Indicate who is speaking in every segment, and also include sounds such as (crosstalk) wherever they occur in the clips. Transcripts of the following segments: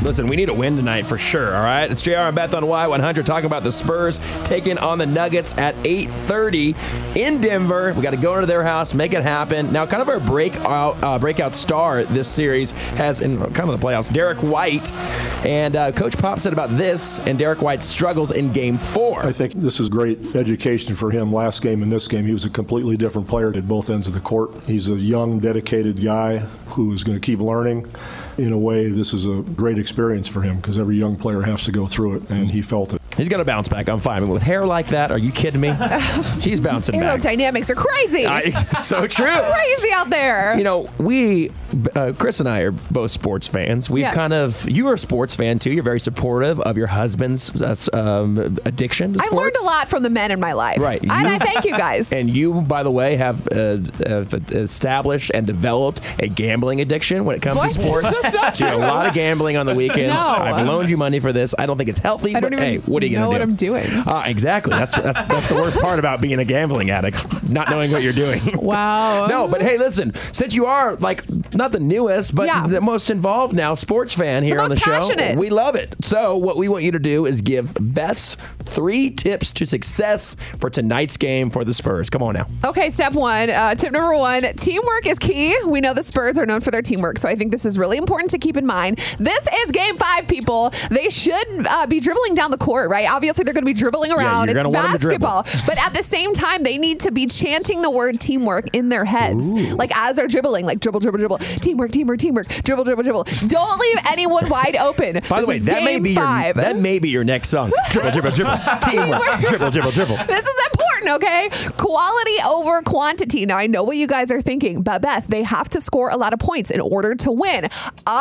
Speaker 1: Listen, we need a win tonight for sure. All right, it's Jr. and Beth on Y100 talking about the Spurs taking on the Nuggets at 8:30 in Denver. We got to go into their house, make it happen. Now, kind of our breakout uh, breakout star this series has in kind of the playoffs, Derek White, and uh, Coach Pop said about this and Derek White's struggles in Game Four.
Speaker 2: I think this is great education for him. Last game and this game, he was a completely different player at both ends of the court. He's a young, dedicated guy who is going to keep learning. In a way, this is a great experience for him because every young player has to go through it, and he felt it.
Speaker 1: He's gonna bounce back. I'm fine. I mean, with hair like that, are you kidding me? He's bouncing back.
Speaker 3: Aerodynamics are crazy.
Speaker 1: I- (laughs) so true.
Speaker 3: crazy out there.
Speaker 1: You know, we, uh, Chris and I are both sports fans. We've
Speaker 3: Yes.
Speaker 1: kind of, you are a sports fan too. You're very supportive of your husband's uh, s- um, addiction to
Speaker 3: I've
Speaker 1: sports.
Speaker 3: learned a lot from the men in my life.
Speaker 1: Right.
Speaker 3: And I thank you
Speaker 1: (laughs)
Speaker 3: guys.
Speaker 1: And you, by the way, have, uh, have established and developed a gambling addiction when it comes
Speaker 3: What?
Speaker 1: to
Speaker 3: (laughs)
Speaker 1: sports.
Speaker 3: That's not
Speaker 1: You do
Speaker 3: true.
Speaker 1: a lot of gambling on the weekends.
Speaker 3: No.
Speaker 1: I've loaned you money for this. I don't think it's healthy.
Speaker 3: I don't
Speaker 1: but
Speaker 3: even
Speaker 1: hey, what are you
Speaker 3: know
Speaker 1: gonna
Speaker 3: what I'm
Speaker 1: do?
Speaker 3: doing.
Speaker 1: Uh, exactly. That's that's that's the worst part about being a gambling addict, not knowing what you're
Speaker 3: (laughs)
Speaker 1: doing.
Speaker 3: wow.
Speaker 1: No, but hey, listen. Since you are like not the newest, but
Speaker 3: Yeah.
Speaker 1: the most involved now sports fan here
Speaker 3: The
Speaker 1: on the
Speaker 3: most
Speaker 1: show,
Speaker 3: passionate.
Speaker 1: we love it. So what we want you to do is give Beth's three tips to success for tonight's game for the Spurs. Come on now.
Speaker 3: Okay, step one. Uh, tip number one teamwork is key. We know the Spurs are known for their teamwork, so I think this is really important to keep in mind. This is game five, people. They should uh, be dribbling down the court, right? Obviously, they're going to be dribbling around.
Speaker 1: you're
Speaker 3: it's
Speaker 1: gonna want 'em to dribble.
Speaker 3: basketball. but at the same time, they need to be chanting the word teamwork in their heads, like as they're dribbling, like dribble, dribble, dribble. Teamwork, teamwork, teamwork. Dribble, dribble, dribble. Don't leave anyone wide open.
Speaker 1: By
Speaker 3: This
Speaker 1: the way,
Speaker 3: is
Speaker 1: that may
Speaker 3: game
Speaker 1: be
Speaker 3: five.
Speaker 1: your that may be your next
Speaker 3: (laughs)
Speaker 1: song. Dribble, dribble, dribble. Teamwork. dribble, dribble, dribble.
Speaker 3: This is important, okay? Quality over quantity. Now, I know what you guys are thinking, but Beth, they have to score a lot of points in order to win,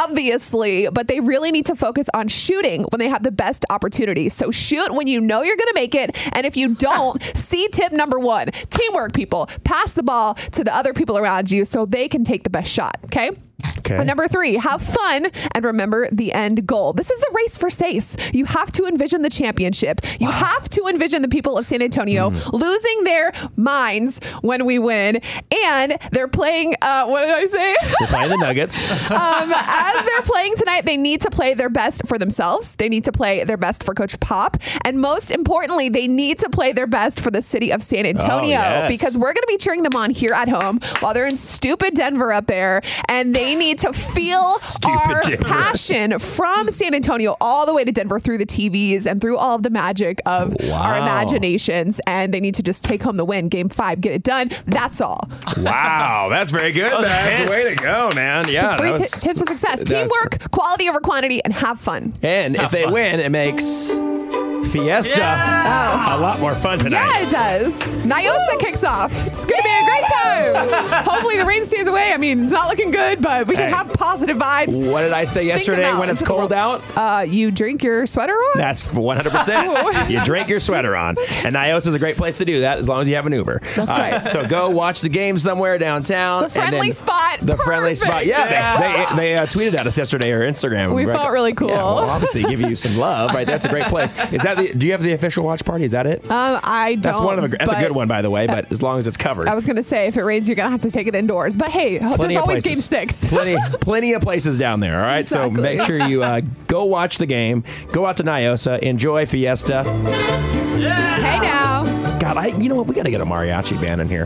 Speaker 3: obviously, but they really need to focus on shooting when they have the best opportunity. So shoot when you know you're going to make it. And if you don't, see tip number one teamwork, people. Pass the ball to the other people around you so they can take the best shot, okay?
Speaker 1: Okay.
Speaker 3: And number three, have fun and remember the end goal. This is the race for SACE. You have to envision the championship. You have to envision the people of San Antonio losing their minds when we win. And they're playing, uh, what did I say? (laughs)
Speaker 1: We're playing the Nuggets.
Speaker 3: um, as they're playing tonight, they need to play their best for themselves. They need to play their best for Coach Pop. And most importantly, they need to play their best for the city of San Antonio
Speaker 1: Oh, yes.
Speaker 3: because we're going to be cheering them on here at home while they're in stupid Denver up there. And they need to
Speaker 1: (laughs)
Speaker 3: feel our
Speaker 1: Denver.
Speaker 3: passion from San Antonio all the way to Denver through the TVs and through all of the magic of our
Speaker 1: Wow.
Speaker 3: imaginations. And they need to just take home the win. Game five, get it done. That's all.
Speaker 1: wow, that's very good. Beth. Way to go, man. Yeah.
Speaker 3: Three
Speaker 1: Ah, that
Speaker 3: ti
Speaker 1: was-
Speaker 3: tips of success:
Speaker 1: that was-
Speaker 3: teamwork, quality over quantity, and have fun.
Speaker 1: And if they win, it makes Fiesta a lot more fun tonight.
Speaker 3: Yeah, it does. Nyosa kicks off. It's gonna be a great time. Hopefully, the rain stays away. I mean, it's not looking good, but we can
Speaker 1: Hey.
Speaker 3: have positive vibes.
Speaker 1: What did I say
Speaker 3: Think
Speaker 1: yesterday
Speaker 3: about
Speaker 1: when
Speaker 3: it.
Speaker 1: it's
Speaker 3: Think
Speaker 1: cold out?
Speaker 3: about- Uh, you drink your sweater on.
Speaker 1: That's
Speaker 3: (laughs)
Speaker 1: 100%. you drink your sweater on. And Nios is a great place to do that as long as you have an Uber. That's
Speaker 3: right.
Speaker 1: So go watch the game somewhere downtown.
Speaker 3: The friendly
Speaker 1: and then
Speaker 3: spot.
Speaker 1: The friendly
Speaker 3: Perfect.
Speaker 1: spot. Yeah, they, they, they uh, tweeted at us yesterday or Instagram.
Speaker 3: We
Speaker 1: Right.
Speaker 3: felt really cool.
Speaker 1: Yeah, well, obviously, give you some love, right? That's a great place. Is that the, do you have the official watch party? Is that it?
Speaker 3: um, I don't.
Speaker 1: that's one of the, that's a
Speaker 3: but uh,
Speaker 1: good one, by the way, but as long as it's covered.
Speaker 3: I was gonna say, if it rains, you're gonna have to take it indoors. But hey,
Speaker 1: Plenty
Speaker 3: there's
Speaker 1: of
Speaker 3: always
Speaker 1: places.
Speaker 3: game six.
Speaker 1: plenty, plenty of places down there. All right, so
Speaker 3: Exactly.
Speaker 1: make sure you uh, go watch the game. Go out to Nyosa, enjoy Fiesta.
Speaker 3: hey now.
Speaker 1: God, I you know what? We got to get a mariachi band in here.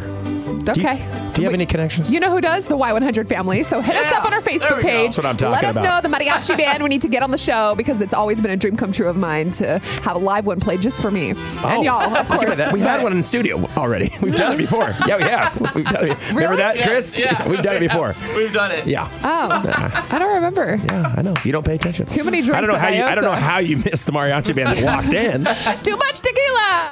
Speaker 1: Do you,
Speaker 3: Okay.
Speaker 1: do you have
Speaker 3: We-
Speaker 1: any connections?
Speaker 3: You know who does? The Y100 family. So hit us
Speaker 4: Yeah.
Speaker 3: up on our
Speaker 4: There
Speaker 3: Facebook
Speaker 4: we go.
Speaker 3: page.
Speaker 1: That's what I'm talking
Speaker 3: Let us
Speaker 1: about.
Speaker 3: know
Speaker 1: (laughs)
Speaker 3: the mariachi band. We need to get on the show because it's always been a dream come true of mine to have a live one played just for me.
Speaker 1: Oh, (laughs)
Speaker 3: and y'all, of
Speaker 1: look at
Speaker 3: course.
Speaker 1: that. We've had one in the studio already. (laughs) We've done it before.
Speaker 3: (laughs)
Speaker 1: Yeah, we have. We've done it. Remember
Speaker 3: Really?
Speaker 1: that,
Speaker 4: Yes,
Speaker 1: Chris?
Speaker 4: yeah.
Speaker 1: We've done it before.
Speaker 4: We've done it.
Speaker 1: Yeah.
Speaker 3: Oh, I don't remember.
Speaker 1: Yeah, I know. You don't pay attention.
Speaker 3: Too many
Speaker 1: I don't
Speaker 3: drinks
Speaker 1: know
Speaker 3: at
Speaker 1: how you. I don't know
Speaker 3: Nyosa. (laughs)
Speaker 1: how you missed the mariachi band that walked in.
Speaker 3: Too much tequila.